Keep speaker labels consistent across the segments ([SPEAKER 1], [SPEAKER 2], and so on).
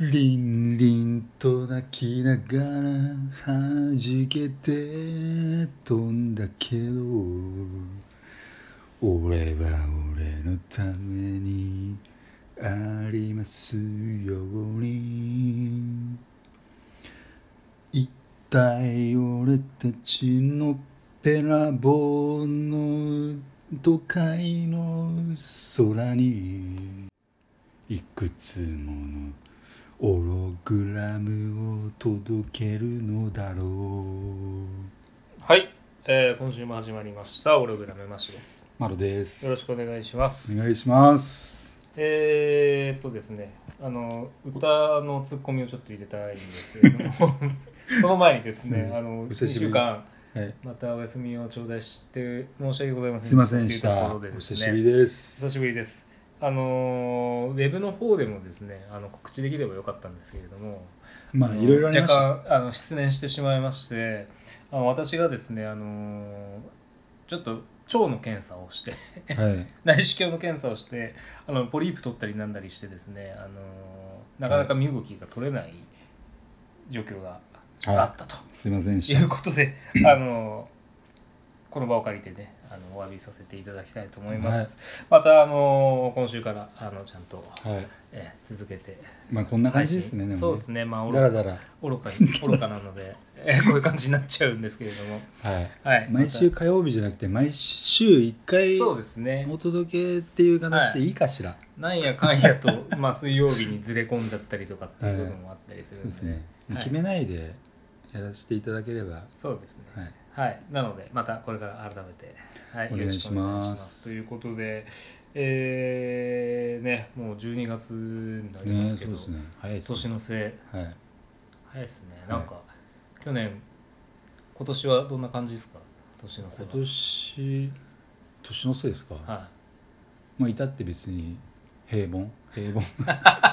[SPEAKER 1] りんりんと泣きながら弾けて飛んだけど俺は俺のためにありますように一体俺たちのべらぼうの都会の空にいくつものオログラムを届けるのだろう
[SPEAKER 2] はい、えー今週も始まりましたオログラムマッシュです
[SPEAKER 1] マロです
[SPEAKER 2] よろしくお願いしま
[SPEAKER 1] お
[SPEAKER 2] す
[SPEAKER 1] 願いします
[SPEAKER 2] えー、っとですねあの歌のツッコミをちょっと入れたいんですけれど もその前にですね、
[SPEAKER 1] うん
[SPEAKER 2] あの
[SPEAKER 1] お久しぶり
[SPEAKER 2] 2週間
[SPEAKER 1] はい
[SPEAKER 2] またお休みを頂戴して申し訳ございません
[SPEAKER 1] すいませんでした
[SPEAKER 2] というところで
[SPEAKER 1] お
[SPEAKER 2] で
[SPEAKER 1] 久
[SPEAKER 2] すね
[SPEAKER 1] しぶりです
[SPEAKER 2] 久しぶりです。あのーウェブの方でもですねあの告知できればよかったんですけれども
[SPEAKER 1] まあいろいろありました
[SPEAKER 2] 若干あの失念してしまいましてあの私がですね、あのーちょっと腸の検査をして
[SPEAKER 1] はい
[SPEAKER 2] 内視鏡の検査をしてあのポリープ取ったりなんだりしてですね、あのーなかなか身動きが取れない状況があ
[SPEAKER 1] は
[SPEAKER 2] ったと
[SPEAKER 1] いすいませんで
[SPEAKER 2] い
[SPEAKER 1] し
[SPEAKER 2] うことで、あのこの場を借りてね、あのお詫びさせていただきたいと思います。またあの今週からあのちゃんと、
[SPEAKER 1] たはい
[SPEAKER 2] え続けて
[SPEAKER 1] まあこんな感じですね
[SPEAKER 2] 配
[SPEAKER 1] も
[SPEAKER 2] 信そうですね、まあ
[SPEAKER 1] だら
[SPEAKER 2] 愚
[SPEAKER 1] だら
[SPEAKER 2] 愚か に愚かなので、えこういう感じになっちゃうんですけれども、
[SPEAKER 1] はい
[SPEAKER 2] はい。
[SPEAKER 1] 毎週火曜日じゃなくて毎週一
[SPEAKER 2] また
[SPEAKER 1] 回
[SPEAKER 2] そう
[SPEAKER 1] お
[SPEAKER 2] ですね。
[SPEAKER 1] 届けっていう形でいいかしら
[SPEAKER 2] なんやかんやと まあ水曜日にずれ込んじゃったりとかっていう部分もあったり
[SPEAKER 1] そ
[SPEAKER 2] する
[SPEAKER 1] うんですね
[SPEAKER 2] はい
[SPEAKER 1] 決めないでやらせていただければ
[SPEAKER 2] そうですね。
[SPEAKER 1] はい
[SPEAKER 2] はい、なのでまたこれから改めて、はい、
[SPEAKER 1] お願いします
[SPEAKER 2] よろしくお願いしということで、えーね、もう12月になりま
[SPEAKER 1] ねそ
[SPEAKER 2] す
[SPEAKER 1] う
[SPEAKER 2] けど、
[SPEAKER 1] ですね早いですね
[SPEAKER 2] 年のせ
[SPEAKER 1] はい
[SPEAKER 2] い早いですねなんか、去年今年はどんな感じですか年のせい
[SPEAKER 1] 今
[SPEAKER 2] は
[SPEAKER 1] 年年のせいですか、
[SPEAKER 2] は
[SPEAKER 1] まあ至って別に平凡平凡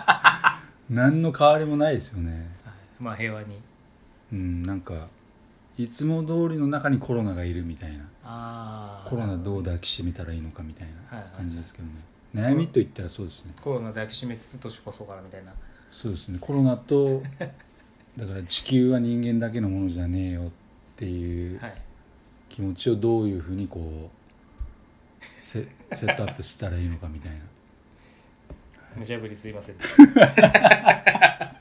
[SPEAKER 1] 何の変わりもないですよね
[SPEAKER 2] い、はい、まあ平和に
[SPEAKER 1] うんなんかいつも通りの中にコロナがいるみたいな
[SPEAKER 2] あー
[SPEAKER 1] コロナどう抱きしめたらいいのかみたい
[SPEAKER 2] は
[SPEAKER 1] な
[SPEAKER 2] いはい
[SPEAKER 1] 感じですけどね悩みといったらそうですね
[SPEAKER 2] コロナ抱きしめつつ年こそからみたいな
[SPEAKER 1] そうですねコロナ とだから地球は人間だけのものじゃねえよっていう
[SPEAKER 2] はい
[SPEAKER 1] 気持ちをどういうふうにこうセセットアップしたらいいのかみたいな
[SPEAKER 2] 無茶ぶりすいませんでした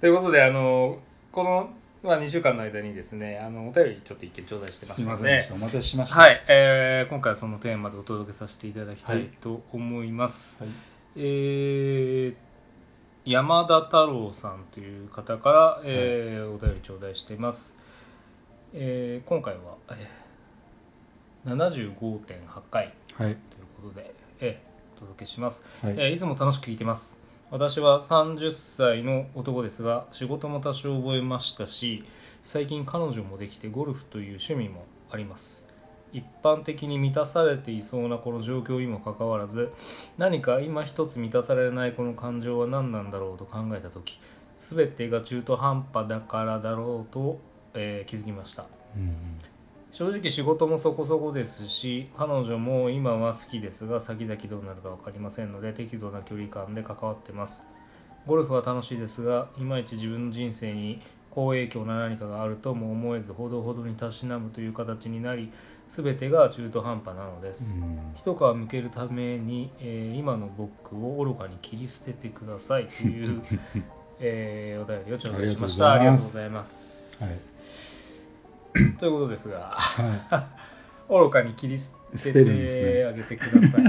[SPEAKER 2] ということであのこの、まあ、2週間の間にですねあのお便りちょっと一件頂戴してましたので
[SPEAKER 1] お待たせしました。
[SPEAKER 2] はい、えー今回はそのテーマでお届けさせていただきた
[SPEAKER 1] はいい
[SPEAKER 2] と思います、
[SPEAKER 1] はい
[SPEAKER 2] えー山田太郎さんという方から、えーお便り頂戴しています、えー今回は、えー75.8回
[SPEAKER 1] はい。
[SPEAKER 2] ということで、えーお届けします
[SPEAKER 1] はい。
[SPEAKER 2] えーいつも楽しく聞いてます私は30歳の男ですが仕事も多少覚えましたし最近彼女もできてゴルフという趣味もあります一般的に満たされていそうなこの状況にもかかわらず何か今一つ満たされないこの感情は何なんだろうと考えた時全てが中途半端だからだろうと、えー気づきました
[SPEAKER 1] うん
[SPEAKER 2] 正直仕事もそこそこですし彼女も今は好きですが先々どうなるか分かりませんので適度な距離感で関わってますゴルフは楽しいですがいまいち自分の人生に好影響な何かがあるとも思えずほどほどにたしなむという形になり全てが中途半端なのです、
[SPEAKER 1] うん
[SPEAKER 2] 一皮むけるために、えー今の僕を愚かに切り捨ててくださいと いう、えーお便りを頂戴しましたあ
[SPEAKER 1] あ
[SPEAKER 2] り
[SPEAKER 1] り
[SPEAKER 2] が
[SPEAKER 1] が
[SPEAKER 2] と
[SPEAKER 1] と
[SPEAKER 2] う
[SPEAKER 1] う
[SPEAKER 2] ご
[SPEAKER 1] ご
[SPEAKER 2] ざいます、ということですが
[SPEAKER 1] は
[SPEAKER 2] 愚かに切り捨て
[SPEAKER 1] 捨てるんです
[SPEAKER 2] て
[SPEAKER 1] ね
[SPEAKER 2] あげてください。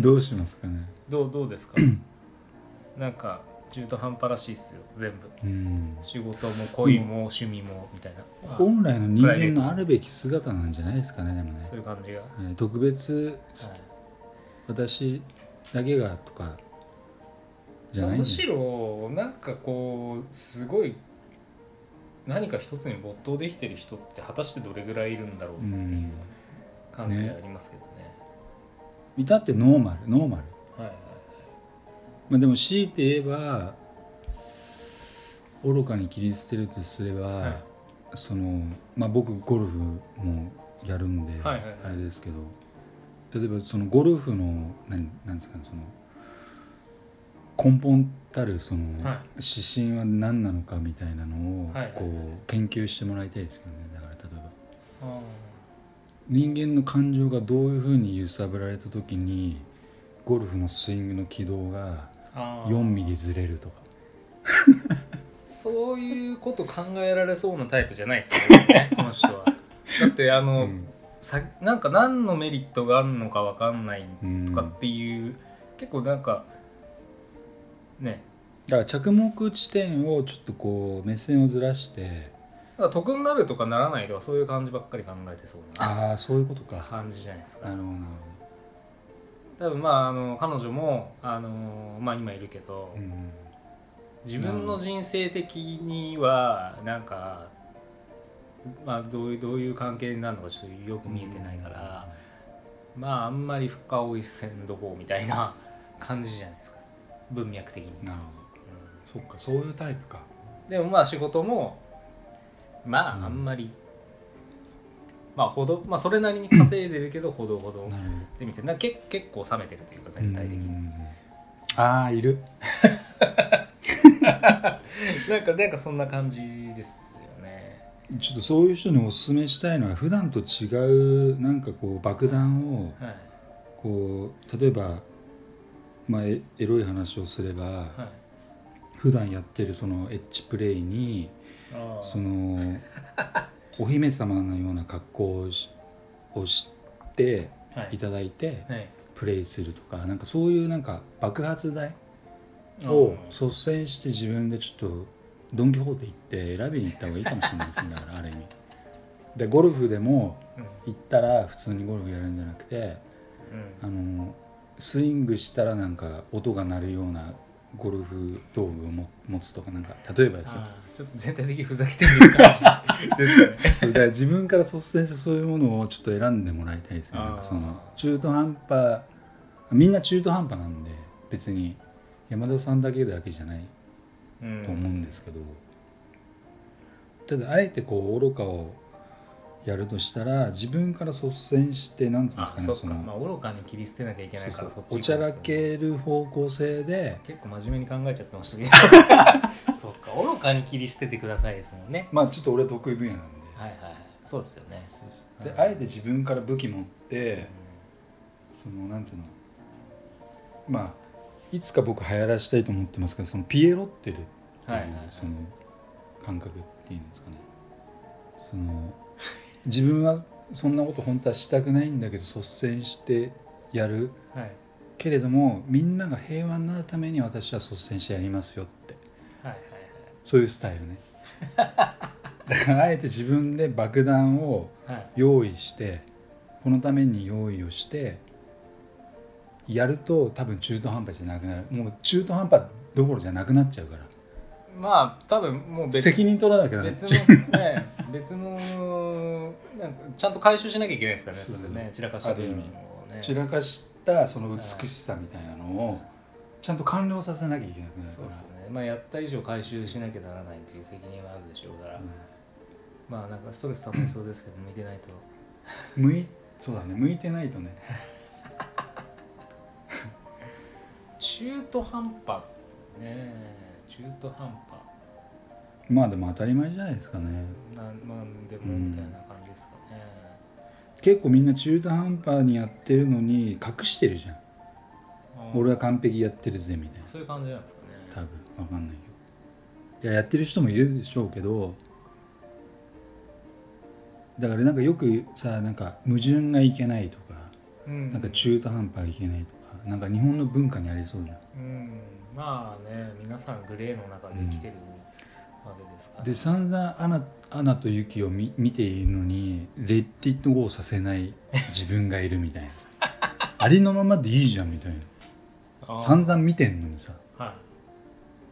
[SPEAKER 1] い。どうしますかね。
[SPEAKER 2] どうどうです かなんか中途半端らしいですよ全部
[SPEAKER 1] うん。
[SPEAKER 2] 仕事も恋も趣味もみたいな、ま
[SPEAKER 1] 本来の人間のあるべき姿なんじゃないですかね。でも
[SPEAKER 2] あ
[SPEAKER 1] ね
[SPEAKER 2] そう。いう感じが、は
[SPEAKER 1] はい特別
[SPEAKER 2] い
[SPEAKER 1] 私だけがとかじゃないん
[SPEAKER 2] む
[SPEAKER 1] で
[SPEAKER 2] しろなんかこうすごい何か一つに没頭できてる人って果たしてどれぐらいいるんだろうっていう感じがありますけどね,、
[SPEAKER 1] 至ってノーマルノーマル。
[SPEAKER 2] はいはい
[SPEAKER 1] まあでも強いて言えば愚かに切り捨てるとすれば、
[SPEAKER 2] はい
[SPEAKER 1] そのまあ僕ゴルフもやるんで、
[SPEAKER 2] はいはいはい
[SPEAKER 1] あれですけど例えばそのゴルフの何なんですかねその根本たるその
[SPEAKER 2] はい
[SPEAKER 1] 指針は何なのかみたいなのを
[SPEAKER 2] はいはい
[SPEAKER 1] こう研究してもらいたいですよねだから例えば
[SPEAKER 2] あ
[SPEAKER 1] 人間の感情がどういうふうに揺さぶられた時にゴルフのスイングの軌道が
[SPEAKER 2] あ
[SPEAKER 1] 4ミリずれるとか
[SPEAKER 2] そういうこと考えられそうなタイプじゃないですよねこの人はだってあの、
[SPEAKER 1] うん
[SPEAKER 2] さなんか何のメリットがあるのかわかんない
[SPEAKER 1] うん
[SPEAKER 2] とかっていう、結構なんかね
[SPEAKER 1] だから着目地点をちょっとこう目線をずらして
[SPEAKER 2] なんか得になるとかならないとかそういう感じばっかり考えてそうな
[SPEAKER 1] ああそういうことか
[SPEAKER 2] 感じじゃないです
[SPEAKER 1] な
[SPEAKER 2] か
[SPEAKER 1] るほどなる
[SPEAKER 2] 多分まああの彼女もあのまあ今いるけ
[SPEAKER 1] ほ
[SPEAKER 2] ど、
[SPEAKER 1] ど、うん
[SPEAKER 2] 自分の人生的にはなんか、まあ、どういうどういう関係になるのかちょっとよく見えてないから、まああんまり深追いせんどこうみたいな感じじゃないですか文脈的に、
[SPEAKER 1] なるほ
[SPEAKER 2] う
[SPEAKER 1] どそっかそういうタイプか
[SPEAKER 2] んでもまあ仕事もま
[SPEAKER 1] うん
[SPEAKER 2] ああんまり、まあほどまあそれなりに稼いでるけど ほどほど
[SPEAKER 1] なるほど
[SPEAKER 2] でみたいなけ結構冷めてるというか全体的
[SPEAKER 1] う
[SPEAKER 2] に
[SPEAKER 1] んああいる
[SPEAKER 2] なんかなんかそんな感じですよね
[SPEAKER 1] ちょっとそういう人におすすめしたいのは普段と違うなんかこう爆弾を
[SPEAKER 2] はい
[SPEAKER 1] こう例えば、まあ、エエロい話をすれば、
[SPEAKER 2] はい
[SPEAKER 1] 普段やってるそのエッジプレイに
[SPEAKER 2] あー
[SPEAKER 1] そのお姫様のような格好をしをして
[SPEAKER 2] はい
[SPEAKER 1] ただいて
[SPEAKER 2] はい
[SPEAKER 1] プレイするとかなんかそういうなんか爆発剤
[SPEAKER 2] う
[SPEAKER 1] を
[SPEAKER 2] ん
[SPEAKER 1] 率先して自分でちょっとドン・キホーテ行って選びに行った方がいいかもしれないですねだからある意味でゴルフでも
[SPEAKER 2] うん
[SPEAKER 1] 行ったら普通にゴルフやるんじゃなくてあのスイングしたらなんか音が鳴るようなゴルフ道具をも持つとかなんか例えばですよ
[SPEAKER 2] あーちょっと全体的にふざけてる感じですか ね。
[SPEAKER 1] それだから自分から率先してそういうものをちょっと選んでもらいたいですよね
[SPEAKER 2] あー
[SPEAKER 1] なんかその中途半端みんな中途半端なんで別に山田さんだけだけじゃない
[SPEAKER 2] うん
[SPEAKER 1] と思うんですけど、ただあえてこう愚かをやるとしたら自分から率先してなんていうんです
[SPEAKER 2] あ
[SPEAKER 1] かね
[SPEAKER 2] そっ
[SPEAKER 1] そ
[SPEAKER 2] か、
[SPEAKER 1] の
[SPEAKER 2] まあ、愚かに切り捨てなきゃいけないから
[SPEAKER 1] そう
[SPEAKER 2] そ
[SPEAKER 1] そうお
[SPEAKER 2] っち
[SPEAKER 1] ち
[SPEAKER 2] 行
[SPEAKER 1] ゃ
[SPEAKER 2] くん
[SPEAKER 1] ら
[SPEAKER 2] ですね
[SPEAKER 1] ける方向性で
[SPEAKER 2] 結構真面目に考えちゃってましたけど そっか愚かに切り捨ててくださいですもんね
[SPEAKER 1] まあちょっと俺得意分野なんで,、
[SPEAKER 2] はいはいそうですよね
[SPEAKER 1] で
[SPEAKER 2] うん
[SPEAKER 1] あえて自分から武器持ってそのなんていうのまあいつか僕流行らしたいと思ってますけどそのピエロってるっていう、
[SPEAKER 2] はいはいはい
[SPEAKER 1] その感覚っていうんですかねその自分はそんなこと本当はしたくないんだけど率先してやる
[SPEAKER 2] はい
[SPEAKER 1] けれどもみんなが平和になるために私は率先してやりますよって
[SPEAKER 2] はいはい
[SPEAKER 1] そういうスタイルねだからあえて自分で爆弾を
[SPEAKER 2] はいはい
[SPEAKER 1] 用意してこのために用意をしてやると多分中途半端じゃなくなるもう中途半端どころじゃなくなっちゃうから
[SPEAKER 2] まあ多分もう
[SPEAKER 1] 責任取らなきゃなっ
[SPEAKER 2] 別
[SPEAKER 1] ちゃ
[SPEAKER 2] の
[SPEAKER 1] う
[SPEAKER 2] ね 別のなんかちゃんと回収しなきゃいけないですからね
[SPEAKER 1] そうそう
[SPEAKER 2] それね散らかした部分をね
[SPEAKER 1] 散らかしたその美しさみたいなのをちゃんと完了させなきゃいけなくなる
[SPEAKER 2] そ
[SPEAKER 1] か
[SPEAKER 2] う
[SPEAKER 1] ら
[SPEAKER 2] ですよねまあやった以上回収しなきゃならないという責任はあるでしょうから、まあなんかストレス溜まりそうですけど向いてないと
[SPEAKER 1] うん向いそうだね向いてないとね
[SPEAKER 2] 中途半端ねえ中途半
[SPEAKER 1] まあでも当たり前じゃないですかね
[SPEAKER 2] 端なんなんでもみたいな感じですかね、
[SPEAKER 1] 結構みんな中途半端にやってるのに隠してるじゃん
[SPEAKER 2] あー
[SPEAKER 1] 俺は完璧やってるぜみたいな
[SPEAKER 2] そういう感じなんですかね
[SPEAKER 1] 多分わかんないけどいややってる人もいるでしょうけどだからなんかよくさなんか矛盾がいけないとか
[SPEAKER 2] うん
[SPEAKER 1] なんか中途半端がいけないとかなんか日本の文化にありそうじゃ
[SPEAKER 2] うんまあね皆さんグレーの中で生きてるわけですから、
[SPEAKER 1] んで散々アナ「アナと雪」を見見ているのに「レッティットゴー」させない自分がいるみたいな さありのままでいいじゃんみたい
[SPEAKER 2] あ
[SPEAKER 1] な
[SPEAKER 2] ー
[SPEAKER 1] 散々見てんのにさ
[SPEAKER 2] は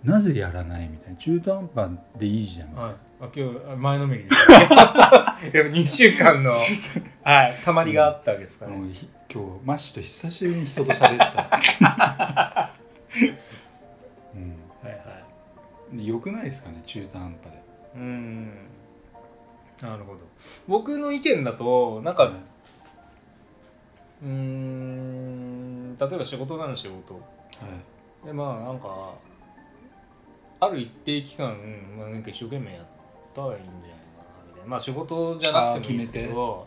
[SPEAKER 1] なぜやらないみたいな中途半端でいいじゃんみ
[SPEAKER 2] い、
[SPEAKER 1] たいな
[SPEAKER 2] はい、あ今日あ前のめりですいや2週間 の、はい、たまりがあったわけですからね、
[SPEAKER 1] もうひ今日マッシュと久しぶりに人と喋った、
[SPEAKER 2] はいは
[SPEAKER 1] う
[SPEAKER 2] い
[SPEAKER 1] ん、よくないですかね中途半端で
[SPEAKER 2] うーんなるほど僕の意見だとなんかうーん例えば仕事なら仕事
[SPEAKER 1] い、
[SPEAKER 2] でまあなんかある一定期間、まあ、なんか一生懸命やったらいいんじゃないかなみたいなまあ仕事じゃなくてもいいですけ
[SPEAKER 1] あー決
[SPEAKER 2] ど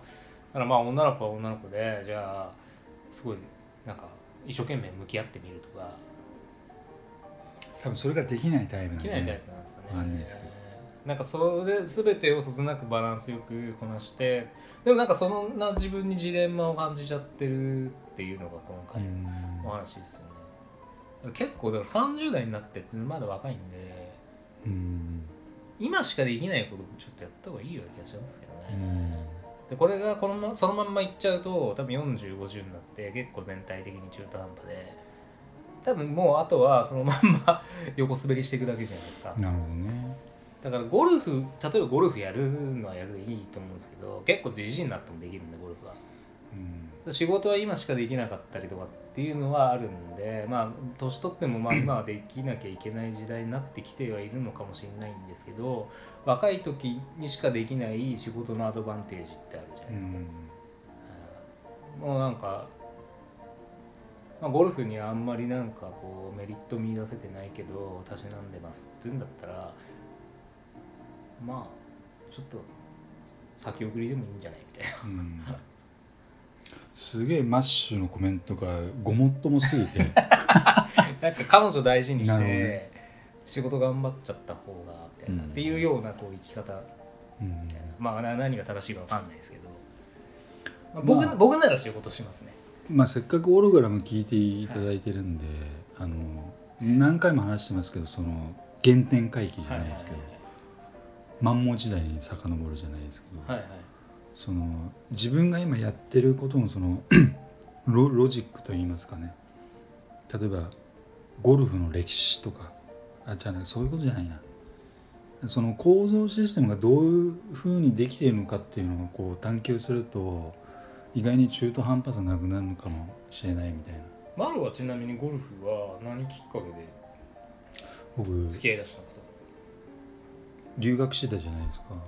[SPEAKER 2] だからまあ女の子は女の子でじゃあすごいなんか一生懸命向き合ってみるとか
[SPEAKER 1] 多分それができないタイプなん
[SPEAKER 2] でき
[SPEAKER 1] で
[SPEAKER 2] ないタイ
[SPEAKER 1] ね
[SPEAKER 2] プなんですかね。
[SPEAKER 1] わかんないですけど
[SPEAKER 2] なんかそれ全てをそつなくバランスよくこなしてでもなんかそのな自分にジレンマを感じちゃってるっていうのが今
[SPEAKER 1] う
[SPEAKER 2] 回
[SPEAKER 1] ん
[SPEAKER 2] お話ですよね。だから結構だから30代になってってまだ若いんで
[SPEAKER 1] うん
[SPEAKER 2] 今しかできないことちょっとやった方がいいような気がしますけど
[SPEAKER 1] う
[SPEAKER 2] ね。
[SPEAKER 1] ん
[SPEAKER 2] でこれがこのまそのまんまいっちゃうと多分4050になって結構全体的に中途半端で多分もうあとはそのまんま 横滑りしていくだけじゃないですか。
[SPEAKER 1] なるほどね
[SPEAKER 2] だからゴルフ例えばゴルフやるのはやるでいいと思うんですけど結構じじいになってもできるんでゴルフは
[SPEAKER 1] うん
[SPEAKER 2] 仕事は今しかできなかったりとかっていうのはあるんでまあ年取ってもまあ今はできなきゃいけない時代になってきてはいるのかもしれないんですけど若い時にしかできない仕事のアドバンテージってあるじゃな
[SPEAKER 1] う
[SPEAKER 2] いですか、
[SPEAKER 1] ん
[SPEAKER 2] うんもうなんか、まあ、ゴルフにあんまりなんかこうメリット見出せてないけどたしなんでますっていうんだったらまあちょっと先送りでもいいんじゃないみたいな
[SPEAKER 1] うんすげえマッシュのコメントがごもっともすぎ て
[SPEAKER 2] なんか彼女大事に
[SPEAKER 1] なる
[SPEAKER 2] し
[SPEAKER 1] ほど
[SPEAKER 2] て
[SPEAKER 1] ね
[SPEAKER 2] 仕事頑張っちゃった方がみたいな、
[SPEAKER 1] うん
[SPEAKER 2] っていうようなこう生き方
[SPEAKER 1] うん
[SPEAKER 2] みたいなまあな何が正しいかわかんないですけど、まあ僕な
[SPEAKER 1] まあ
[SPEAKER 2] 僕なら仕事しますね
[SPEAKER 1] まあせっかくオログラム聞いていただいてるんであの何回も話してますけどその原点回帰じゃないですけど満蒙時代に遡るじゃないですけど
[SPEAKER 2] はいはいはいはいはい
[SPEAKER 1] その自分が今やってることのその ロロジックといいますかね例えばゴルフの歴史とかあじゃあそういうことじゃないなその構造システムがどういうふうにできているのかっていうのをこう探求すると意外に中途半端さなくなるのかもしれないみたいな
[SPEAKER 2] マロはちなみにゴルフは何きっかけで
[SPEAKER 1] 僕
[SPEAKER 2] 付き合いだしたんですか
[SPEAKER 1] 留学してたじゃないですか
[SPEAKER 2] ああ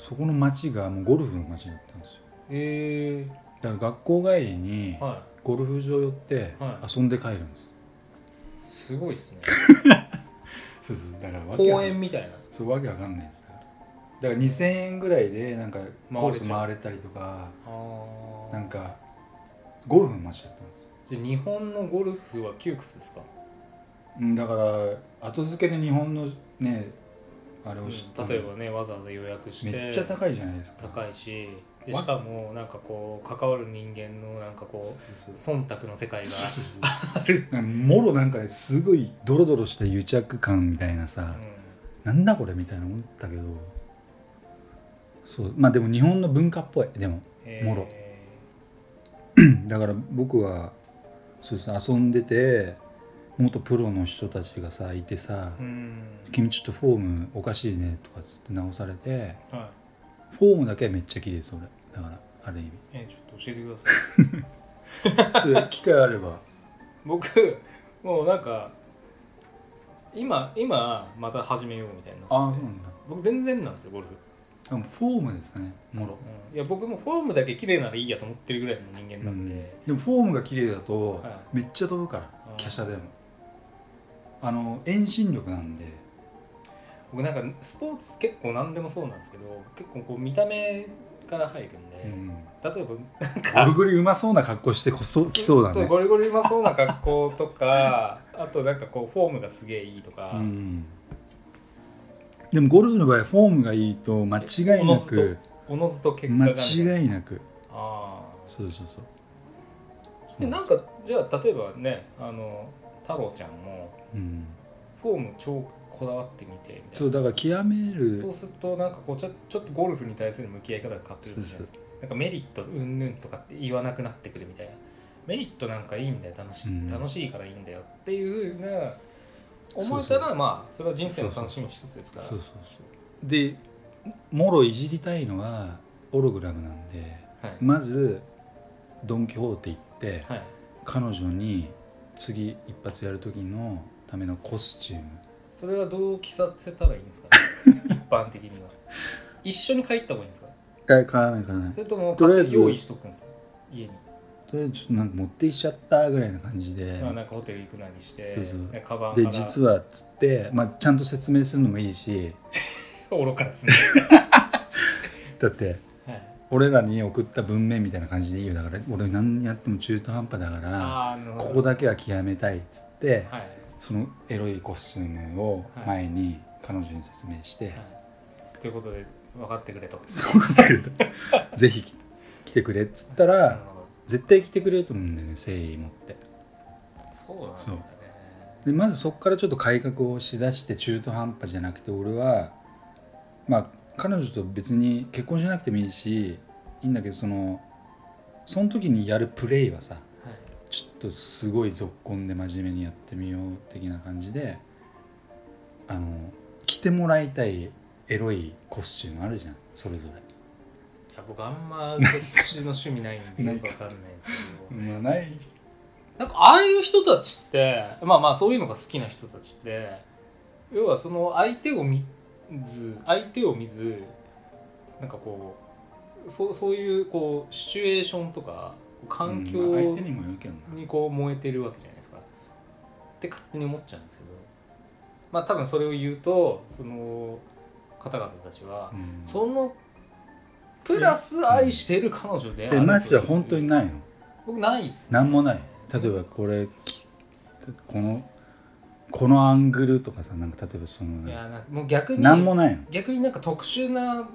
[SPEAKER 1] そこの町がもうゴルフの町だったんですよ
[SPEAKER 2] え
[SPEAKER 1] だから学校帰りに
[SPEAKER 2] えは
[SPEAKER 1] ゴルフ場寄って
[SPEAKER 2] は
[SPEAKER 1] 遊んで帰るんです、
[SPEAKER 2] いすごいっすね
[SPEAKER 1] そうそうだからわけわか
[SPEAKER 2] 公
[SPEAKER 1] ん
[SPEAKER 2] 園みたいな
[SPEAKER 1] そうわけわかんないですからだから2000円ぐらいでなんかコース回れたりとか
[SPEAKER 2] あ
[SPEAKER 1] なんかゴルフの街だったんですよ
[SPEAKER 2] じゃあ日本のゴルフは窮屈ですか
[SPEAKER 1] うんだから後付けで日本のねあれを知った
[SPEAKER 2] うん
[SPEAKER 1] の
[SPEAKER 2] 例えばねわざわざ予約して
[SPEAKER 1] めっちゃ高いじゃないですか
[SPEAKER 2] 高いしで
[SPEAKER 1] わ
[SPEAKER 2] しかもなんかこう関わる人間のなんかこう忖度の世界が
[SPEAKER 1] そうそうそうなんかもろなんかすごいドロドロした癒着感みたいなさ、
[SPEAKER 2] う
[SPEAKER 1] なんだこれみたいな思ったけどそうまあでも日本の文化っぽいでも
[SPEAKER 2] んえ
[SPEAKER 1] もろ
[SPEAKER 2] え
[SPEAKER 1] だから僕はそうですね遊んでて元プロの人たちがさいてさ
[SPEAKER 2] ーうん
[SPEAKER 1] 「君ちょっとフォームおかしいね」とかっつって直されて
[SPEAKER 2] はい
[SPEAKER 1] フォームだけはめっちゃ綺麗です俺だからある意
[SPEAKER 2] えーちょっと教えてください
[SPEAKER 1] 味で機会あれば
[SPEAKER 2] 僕もうなんか今今また始めようみたいになって
[SPEAKER 1] ああそうなんだ
[SPEAKER 2] 僕全然なんですよゴルフ
[SPEAKER 1] 多分フォームですかねもろ、
[SPEAKER 2] うんいや僕もフォームだけ綺麗ならいいやと思ってるぐらいの人間
[SPEAKER 1] う
[SPEAKER 2] なん
[SPEAKER 1] ん
[SPEAKER 2] で、
[SPEAKER 1] でもフォームが綺麗だと
[SPEAKER 2] は
[SPEAKER 1] めっちゃ飛ぶから
[SPEAKER 2] うん
[SPEAKER 1] 華奢でもあの遠心力なんで
[SPEAKER 2] 僕なんかスポーツ結構何でもそうなんですけど結構こう見た目から入るんで、
[SPEAKER 1] うん
[SPEAKER 2] 例えば
[SPEAKER 1] ゴリゴリうまそうな格好してこそきそうだね
[SPEAKER 2] ゴリゴリうまそうな格好とか あとなんかこうフォームがすげえいいとか、
[SPEAKER 1] うんでもゴルフの場合フォームがいいと間違い
[SPEAKER 2] おの
[SPEAKER 1] な
[SPEAKER 2] ず
[SPEAKER 1] く
[SPEAKER 2] おのずと結果
[SPEAKER 1] 間
[SPEAKER 2] がみたいな
[SPEAKER 1] 違いなく
[SPEAKER 2] ああ
[SPEAKER 1] そうそうそう
[SPEAKER 2] でなんかじゃあ例えばねあの太郎ちゃんも
[SPEAKER 1] うん、
[SPEAKER 2] フォーム超こだわってみてみたい
[SPEAKER 1] そ
[SPEAKER 2] な
[SPEAKER 1] うだから極める
[SPEAKER 2] そうするとなんかこうちょちょっとゴルフに対する向き合い方が変わってくるじゃないですかなんかメリットうんぬんとかって言わなくなってくるみたいなメリットなんかいいんだよ楽し,、
[SPEAKER 1] うん
[SPEAKER 2] 楽しいからいいんだよっていうふうな思えたら
[SPEAKER 1] そう
[SPEAKER 2] まあそれは人生の楽しみの一つですから
[SPEAKER 1] そうそうそうでもろいじりたいのはオログラムなんで
[SPEAKER 2] はい、
[SPEAKER 1] まずドン・キホーテ行って
[SPEAKER 2] はい、
[SPEAKER 1] 彼女に次一発やる時のためのコスチューム
[SPEAKER 2] それはどう着させたらいいんですか、 ね、一般的には一緒に帰った方がいいんですか
[SPEAKER 1] え買わない買わない
[SPEAKER 2] それとも
[SPEAKER 1] とりあえず
[SPEAKER 2] 用意しとくんですか家に
[SPEAKER 1] とりあえずちょっとなんか持ってきちゃったぐらいな感じで
[SPEAKER 2] まあ、なんかホテル行くなにして
[SPEAKER 1] そうそう
[SPEAKER 2] でカバンか
[SPEAKER 1] で
[SPEAKER 2] ら
[SPEAKER 1] 実はっつって、まあ、ちゃんと説明するのもいいし
[SPEAKER 2] 愚かですね、
[SPEAKER 1] だって
[SPEAKER 2] はい、
[SPEAKER 1] 俺らに送った文面みたいな感じでいいよだから俺何やっても中途半端だから
[SPEAKER 2] ああなるほど
[SPEAKER 1] ここだけは極めたいっつって
[SPEAKER 2] はい、はい
[SPEAKER 1] そのエロいコスチュームを前に彼女に説明して、
[SPEAKER 2] ということで分かってくれと
[SPEAKER 1] そうなってくると ぜひ来てくれっつった
[SPEAKER 2] なる
[SPEAKER 1] ら
[SPEAKER 2] ほど
[SPEAKER 1] 絶対来てくれると思うんだよね誠意持って
[SPEAKER 2] そうなんですかね
[SPEAKER 1] でまずそこからちょっと改革をしだして中途半端じゃなくて俺はまあ彼女と別に結婚しなくてもいいしいいんだけどそのその時にやるプレイはさ
[SPEAKER 2] はい
[SPEAKER 1] ちょっとすごいぞっこんで真面目にやってみよう的な感じであの着てもらいたいエロいコスチュームあるじゃんそれぞ
[SPEAKER 2] いや僕あんま私の趣味ないんで
[SPEAKER 1] な
[SPEAKER 2] よ
[SPEAKER 1] い
[SPEAKER 2] くわかんないんですけ
[SPEAKER 1] れ
[SPEAKER 2] ど
[SPEAKER 1] まあない
[SPEAKER 2] なんかああいう人たちってまあまあそういうのが好きな人たちって要はその相手を見ず相手を見ずなんかこうそうそういうこうシチュエーションとかこう環境
[SPEAKER 1] うんまあ相手にもよるけどな
[SPEAKER 2] にこう燃えてるわけじゃないですかって勝手に思っちゃうんですけどまあ多分それを言うとその方々たちは
[SPEAKER 1] うん
[SPEAKER 2] そのプラス愛してる彼女である
[SPEAKER 1] え
[SPEAKER 2] と
[SPEAKER 1] マジで本当にないの
[SPEAKER 2] 僕ないっすね
[SPEAKER 1] なんもない例えばこれきこのこのアングルとかさなんか例えばそ
[SPEAKER 2] い
[SPEAKER 1] の
[SPEAKER 2] やなんかもう逆に
[SPEAKER 1] なんもないの
[SPEAKER 2] 逆になんか特殊な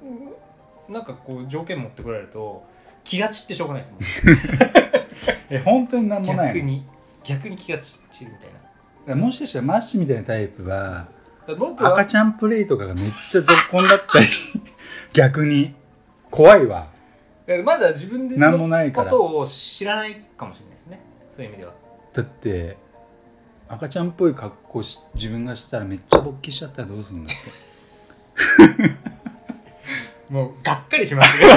[SPEAKER 2] なんかこう条件持ってこられると気が散ってしょうがないですもん
[SPEAKER 1] え本当になんもない
[SPEAKER 2] 逆
[SPEAKER 1] の
[SPEAKER 2] に逆に気が散ってるみたいなだか
[SPEAKER 1] だからもしかしたらマッシュみたいなタイプは
[SPEAKER 2] ら僕
[SPEAKER 1] 赤
[SPEAKER 2] は
[SPEAKER 1] ちゃんプレイとかがめっちゃぞっこんだった り逆に怖いわ
[SPEAKER 2] だからまだ自分で
[SPEAKER 1] なん
[SPEAKER 2] の
[SPEAKER 1] もない
[SPEAKER 2] こ
[SPEAKER 1] から
[SPEAKER 2] とを知らないかもしれないですねそういう意味では
[SPEAKER 1] だって赤ちゃんっぽい格好し自分がしたらめっちゃ勃起しちゃったらどうするんだって
[SPEAKER 2] もうがっかりし ますよ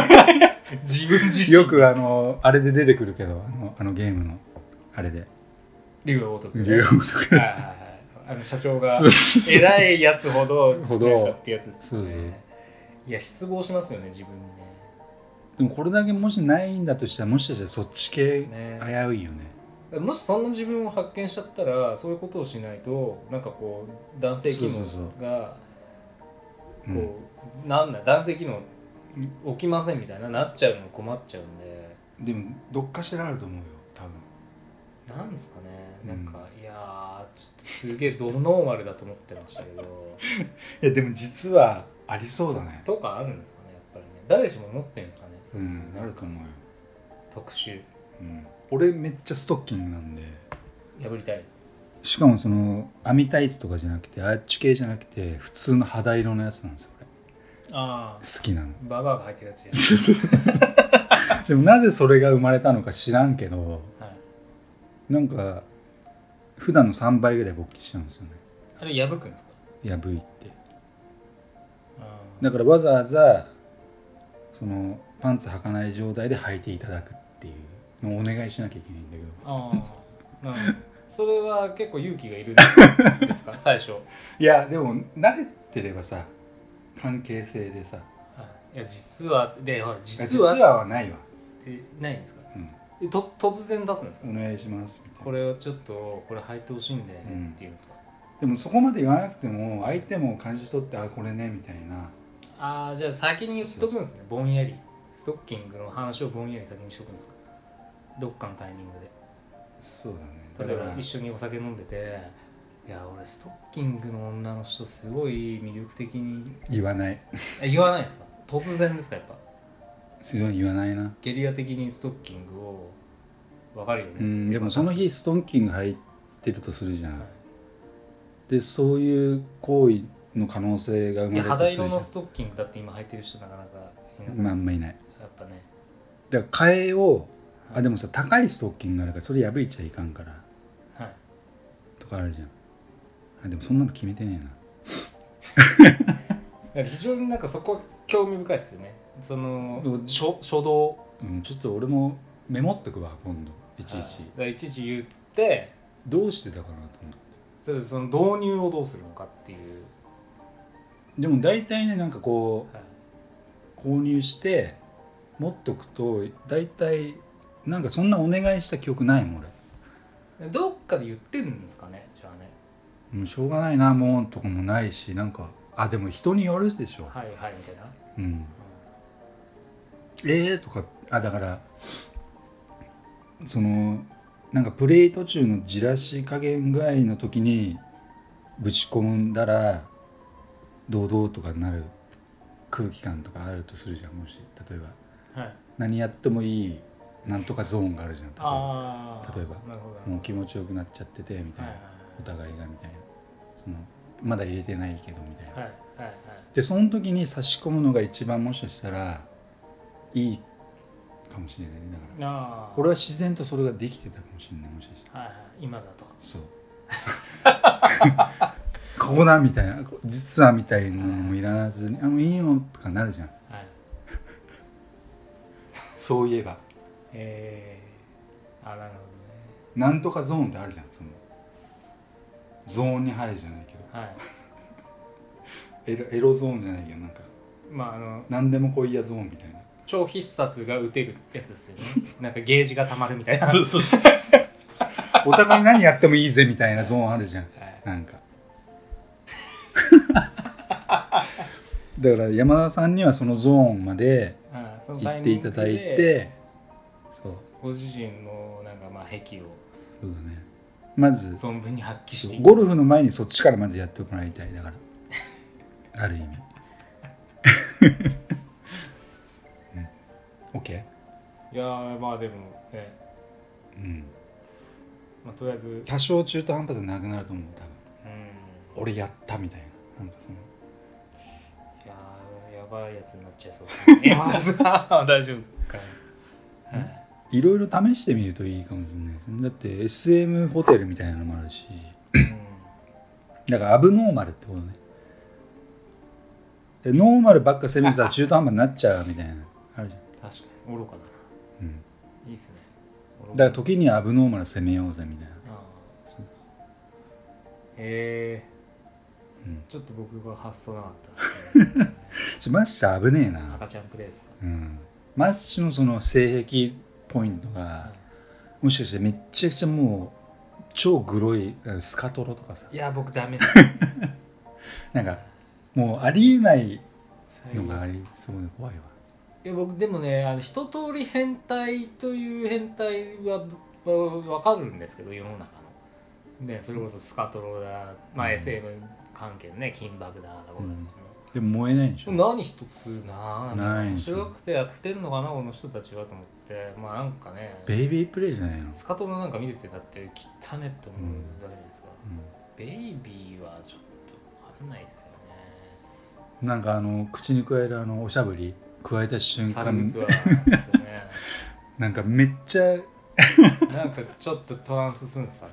[SPEAKER 2] 自分自身
[SPEAKER 1] よくあのあれで出てくるけどあのあのゲームのあれで
[SPEAKER 2] 竜が如くね
[SPEAKER 1] 竜王と
[SPEAKER 2] はい
[SPEAKER 1] か
[SPEAKER 2] はいはいあの社長が
[SPEAKER 1] そうそうそう
[SPEAKER 2] 偉いやつほど
[SPEAKER 1] ほど
[SPEAKER 2] なんかってやつです
[SPEAKER 1] そうそう
[SPEAKER 2] ねいや失望しますよね自分に
[SPEAKER 1] でもこれだけもしないんだとしたらもしかしたらそっち系
[SPEAKER 2] ね
[SPEAKER 1] 危
[SPEAKER 2] ね
[SPEAKER 1] ういよね
[SPEAKER 2] もしそんな自分を発見しちゃったらそういうことをしないとなんかこう男性機能
[SPEAKER 1] そうそう
[SPEAKER 2] が
[SPEAKER 1] う
[SPEAKER 2] こ
[SPEAKER 1] ん
[SPEAKER 2] うなんだ男性機能起きませんみたいななっちゃうの困っちゃうんで
[SPEAKER 1] でもどっかしらあると思うよ多分
[SPEAKER 2] なんですかね
[SPEAKER 1] う
[SPEAKER 2] なんんかいやーちょっとすげえドノーマルだと思ってましたけど
[SPEAKER 1] いやでも実はありそうだね
[SPEAKER 2] とかあるんですかねやっぱりね誰しも持ってるんですかねそうういうの
[SPEAKER 1] んあると思うよ、
[SPEAKER 2] 特殊
[SPEAKER 1] うん、俺めっちゃストッキングなんで
[SPEAKER 2] 破りたい
[SPEAKER 1] しかもその網タイツとかじゃなくてあっち系じゃなくて普通の肌色のやつなんですよ俺
[SPEAKER 2] あ
[SPEAKER 1] 好きなの
[SPEAKER 2] ババアが入ってるやつじ
[SPEAKER 1] でもなぜそれが生まれたのか知らんけど
[SPEAKER 2] ゃん、はい、
[SPEAKER 1] なんか普段の3倍ぐらい勃起しちゃうんですよね
[SPEAKER 2] あれ破くんですか
[SPEAKER 1] やぶいって
[SPEAKER 2] あー
[SPEAKER 1] だからわざわざそのパンツ履かない状態で履いていただくっていうのをお願いしなきゃいけないんだけど
[SPEAKER 2] あーなる ほどそれは結構勇気がいるんですか 最初、はい
[SPEAKER 1] やでも慣れてればさ関係性でさ
[SPEAKER 2] い、いや実はでほら実
[SPEAKER 1] 実
[SPEAKER 2] は
[SPEAKER 1] は
[SPEAKER 2] っ
[SPEAKER 1] はないわ、
[SPEAKER 2] てないんですか
[SPEAKER 1] うん
[SPEAKER 2] えと突然出すんですか
[SPEAKER 1] お願いしますみたいな
[SPEAKER 2] これをちょっとこれ履いてほしいんだよね
[SPEAKER 1] うん
[SPEAKER 2] っていうんですか、
[SPEAKER 1] でもそこまで言わなくても相手も感じ取ってあこれねみたいな
[SPEAKER 2] ああじゃあ先に言っとくんですねぼんやりストッキングの話をぼんやり先にしとくんですかどっかのタイミングで
[SPEAKER 1] そうだね
[SPEAKER 2] 例え
[SPEAKER 1] だか
[SPEAKER 2] ば
[SPEAKER 1] ら
[SPEAKER 2] 一緒にお酒飲んでて「いや俺ストッキングの女の人すごい魅力的に
[SPEAKER 1] 言わない」
[SPEAKER 2] え言わないんですか突然ですかやっぱ
[SPEAKER 1] すごい言わないな
[SPEAKER 2] ゲリラ的にストッキングを分かるよね、
[SPEAKER 1] うんでもその日ストンキング入ってるとするじゃ
[SPEAKER 2] は
[SPEAKER 1] んでそういう行為の可能性が
[SPEAKER 2] いい
[SPEAKER 1] 生まれ
[SPEAKER 2] や肌
[SPEAKER 1] てす
[SPEAKER 2] 色
[SPEAKER 1] るじゃ
[SPEAKER 2] の
[SPEAKER 1] ん
[SPEAKER 2] ストッキングだって今履いてる人なかなかいなく
[SPEAKER 1] ま
[SPEAKER 2] な
[SPEAKER 1] ああ
[SPEAKER 2] いで
[SPEAKER 1] ん
[SPEAKER 2] す
[SPEAKER 1] まいない
[SPEAKER 2] かやっぱね
[SPEAKER 1] だから替えを
[SPEAKER 2] はい
[SPEAKER 1] あでもさ高いストッキングがあるからそれ破いちゃいかんから
[SPEAKER 2] はい
[SPEAKER 1] とかあるじゃんあでもそんなの決めてねえな
[SPEAKER 2] だから非常になんかそこは興味深いですよねその
[SPEAKER 1] うん
[SPEAKER 2] 初初動
[SPEAKER 1] うん、ちょっと俺もメモっとくわ今度いちいち、
[SPEAKER 2] はいだからいちいち言って
[SPEAKER 1] どうしてたかなと思って
[SPEAKER 2] それでその導入をどうするのかっていう、
[SPEAKER 1] でも大体ねなんかこ
[SPEAKER 2] はいう
[SPEAKER 1] 購入して持っとくと大体なんかそんなお願いした記憶ないもん俺
[SPEAKER 2] どっかで言ってんですかねじゃあね
[SPEAKER 1] もうしょうがないなもんとかもないしなんかあでも人によるでしょ、
[SPEAKER 2] はいはいみたいな、
[SPEAKER 1] うん、えー、とかあだからそのなんかプレイ途中のじらし加減具合の時にぶち込んだら堂々とかなる空気感とかあるとするじゃんもし例えば
[SPEAKER 2] うんはい、
[SPEAKER 1] 何やってもいいなんとかゾーンがあるじゃん例えば
[SPEAKER 2] ああ
[SPEAKER 1] 例えば
[SPEAKER 2] なるほどなるほど
[SPEAKER 1] もう気持ちよくなっちゃっててみたい
[SPEAKER 2] はい
[SPEAKER 1] な、
[SPEAKER 2] はい
[SPEAKER 1] お互いがみたいなそのまだ入れてないけどみたいな、
[SPEAKER 2] はいはいはい
[SPEAKER 1] でその時に差し込むのが一番もしかしたらいいかもしれないねだから
[SPEAKER 2] あー
[SPEAKER 1] 俺は自然とそれができてたかもしれないもしかしたら
[SPEAKER 2] はいはい今だと
[SPEAKER 1] そうここだみたいなこ実はみたいなのもいらずに「あもういいよ」とかなるじゃん
[SPEAKER 2] はい
[SPEAKER 1] そういえば
[SPEAKER 2] えー、あなるほ
[SPEAKER 1] なんとかゾーンってあるじゃんそのゾーンに入るじゃないけど
[SPEAKER 2] どねはい
[SPEAKER 1] エロエロゾーンじゃないけどなんか
[SPEAKER 2] まああの
[SPEAKER 1] 何でも来いやゾーンみたいな
[SPEAKER 2] 超必殺が打てるやつですよ ねなんかゲージがたまるみたいな
[SPEAKER 1] そうそうそうお互い何やってもいいぜみたいなゾーンあるじゃん
[SPEAKER 2] はい
[SPEAKER 1] なんかだから山田さんにはそのゾーンまで
[SPEAKER 2] あーその
[SPEAKER 1] 行
[SPEAKER 2] タイ
[SPEAKER 1] って
[SPEAKER 2] ミン
[SPEAKER 1] い
[SPEAKER 2] グ
[SPEAKER 1] た
[SPEAKER 2] で
[SPEAKER 1] だいてそう
[SPEAKER 2] ご自身のなんかまあ癖を
[SPEAKER 1] そうだねまず
[SPEAKER 2] 存分に発揮してい
[SPEAKER 1] ゴルフの前にそっちからまずやってもらいたいだから ある意味うん OK?
[SPEAKER 2] いやーまあでもね、
[SPEAKER 1] うん
[SPEAKER 2] まあ、とりあえずうん
[SPEAKER 1] 多少中途半端じゃなくなると思う多分俺やったみたいななんかその
[SPEAKER 2] いやーやばいやつになっちゃいそうです ね山田さん 大丈夫かな、はい
[SPEAKER 1] いろいろ試してみるといいかもしれないですねだって SM ホテルみたいなのもあるし
[SPEAKER 2] うん
[SPEAKER 1] だからアブノーマルってことねでノーマルばっか攻めてたら中途半端になっちゃうみたいなあるじゃん、
[SPEAKER 2] 確かに愚かだ
[SPEAKER 1] うん、
[SPEAKER 2] ないいっすね愚
[SPEAKER 1] だから時にはアブノーマル攻めようぜみたいな
[SPEAKER 2] ああへえ
[SPEAKER 1] うん
[SPEAKER 2] ちょっと僕が発想なかった ですね
[SPEAKER 1] ちょマッシャー危ねえな、
[SPEAKER 2] 赤ちゃんプレイですか
[SPEAKER 1] うん、マッシュのその性癖ポイント
[SPEAKER 2] は
[SPEAKER 1] がもしかしてめっちゃくちゃもう超グロいうんスカトロとかさ
[SPEAKER 2] いいや僕ダメっす
[SPEAKER 1] なんかもうありえない
[SPEAKER 2] 最
[SPEAKER 1] の
[SPEAKER 2] 後
[SPEAKER 1] がありそうで怖いわ
[SPEAKER 2] いや僕でもねあの一通り変態という変態は分かるんですけど世の中の、ね、それこそスカトロだ、まあ、
[SPEAKER 1] うん
[SPEAKER 2] SM 関係のね金箔だだこ
[SPEAKER 1] う
[SPEAKER 2] うだ
[SPEAKER 1] んでも燃えないんでしょ
[SPEAKER 2] 何一つな
[SPEAKER 1] ない
[SPEAKER 2] 面白くてやってんのかなこの人たちはと思ってまあなんかね
[SPEAKER 1] ベイビープレイじゃないの、
[SPEAKER 2] スカトロなんか見ててだって汚ねって思うわけじゃないですか、ベイビーはちょっと分かんないっすよね
[SPEAKER 1] うんなんかあの口に加えるあのおしゃぶり加えた瞬
[SPEAKER 2] 猿
[SPEAKER 1] 間
[SPEAKER 2] 物は ですよね
[SPEAKER 1] なんかめっちゃ
[SPEAKER 2] なんかちょっとトランスするんですかね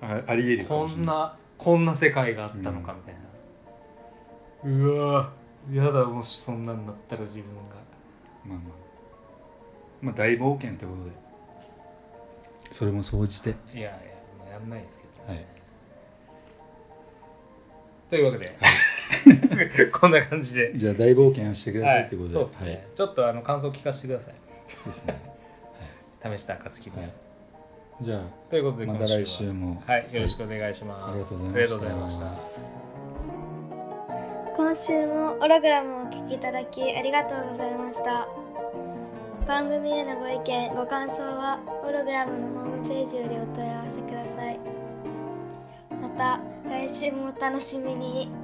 [SPEAKER 1] あありえるか
[SPEAKER 2] こ
[SPEAKER 1] もしれ
[SPEAKER 2] ん
[SPEAKER 1] ない
[SPEAKER 2] なこんな世界があったのかみたいな、うわーやだもしそんなんなったら自分が
[SPEAKER 1] まあまあまあ大冒険ってことでそれも総じて
[SPEAKER 2] いやいやもうやんないですけど、
[SPEAKER 1] はい
[SPEAKER 2] というわけで、 こんな感じで
[SPEAKER 1] じゃあ大冒険をしてくださ
[SPEAKER 2] はい
[SPEAKER 1] っ
[SPEAKER 2] い
[SPEAKER 1] てことで、
[SPEAKER 2] そうですね、
[SPEAKER 1] はい
[SPEAKER 2] ちょっとあの感想聞かせてくださ
[SPEAKER 1] ですね
[SPEAKER 2] い試した暁も、
[SPEAKER 1] はいじゃ
[SPEAKER 2] ということ
[SPEAKER 1] あ
[SPEAKER 2] で
[SPEAKER 1] ま
[SPEAKER 2] 今
[SPEAKER 1] た
[SPEAKER 2] 週は
[SPEAKER 1] 来週も
[SPEAKER 2] はいよろしくお願いします、
[SPEAKER 1] はいありがとうございました
[SPEAKER 2] ありがとうございました
[SPEAKER 3] 今週もオログラムをお聞きいただきありがとうございました番組へのご意見ご感想はオログラムのホームページよりお問い合わせくださいまた来週もお楽しみに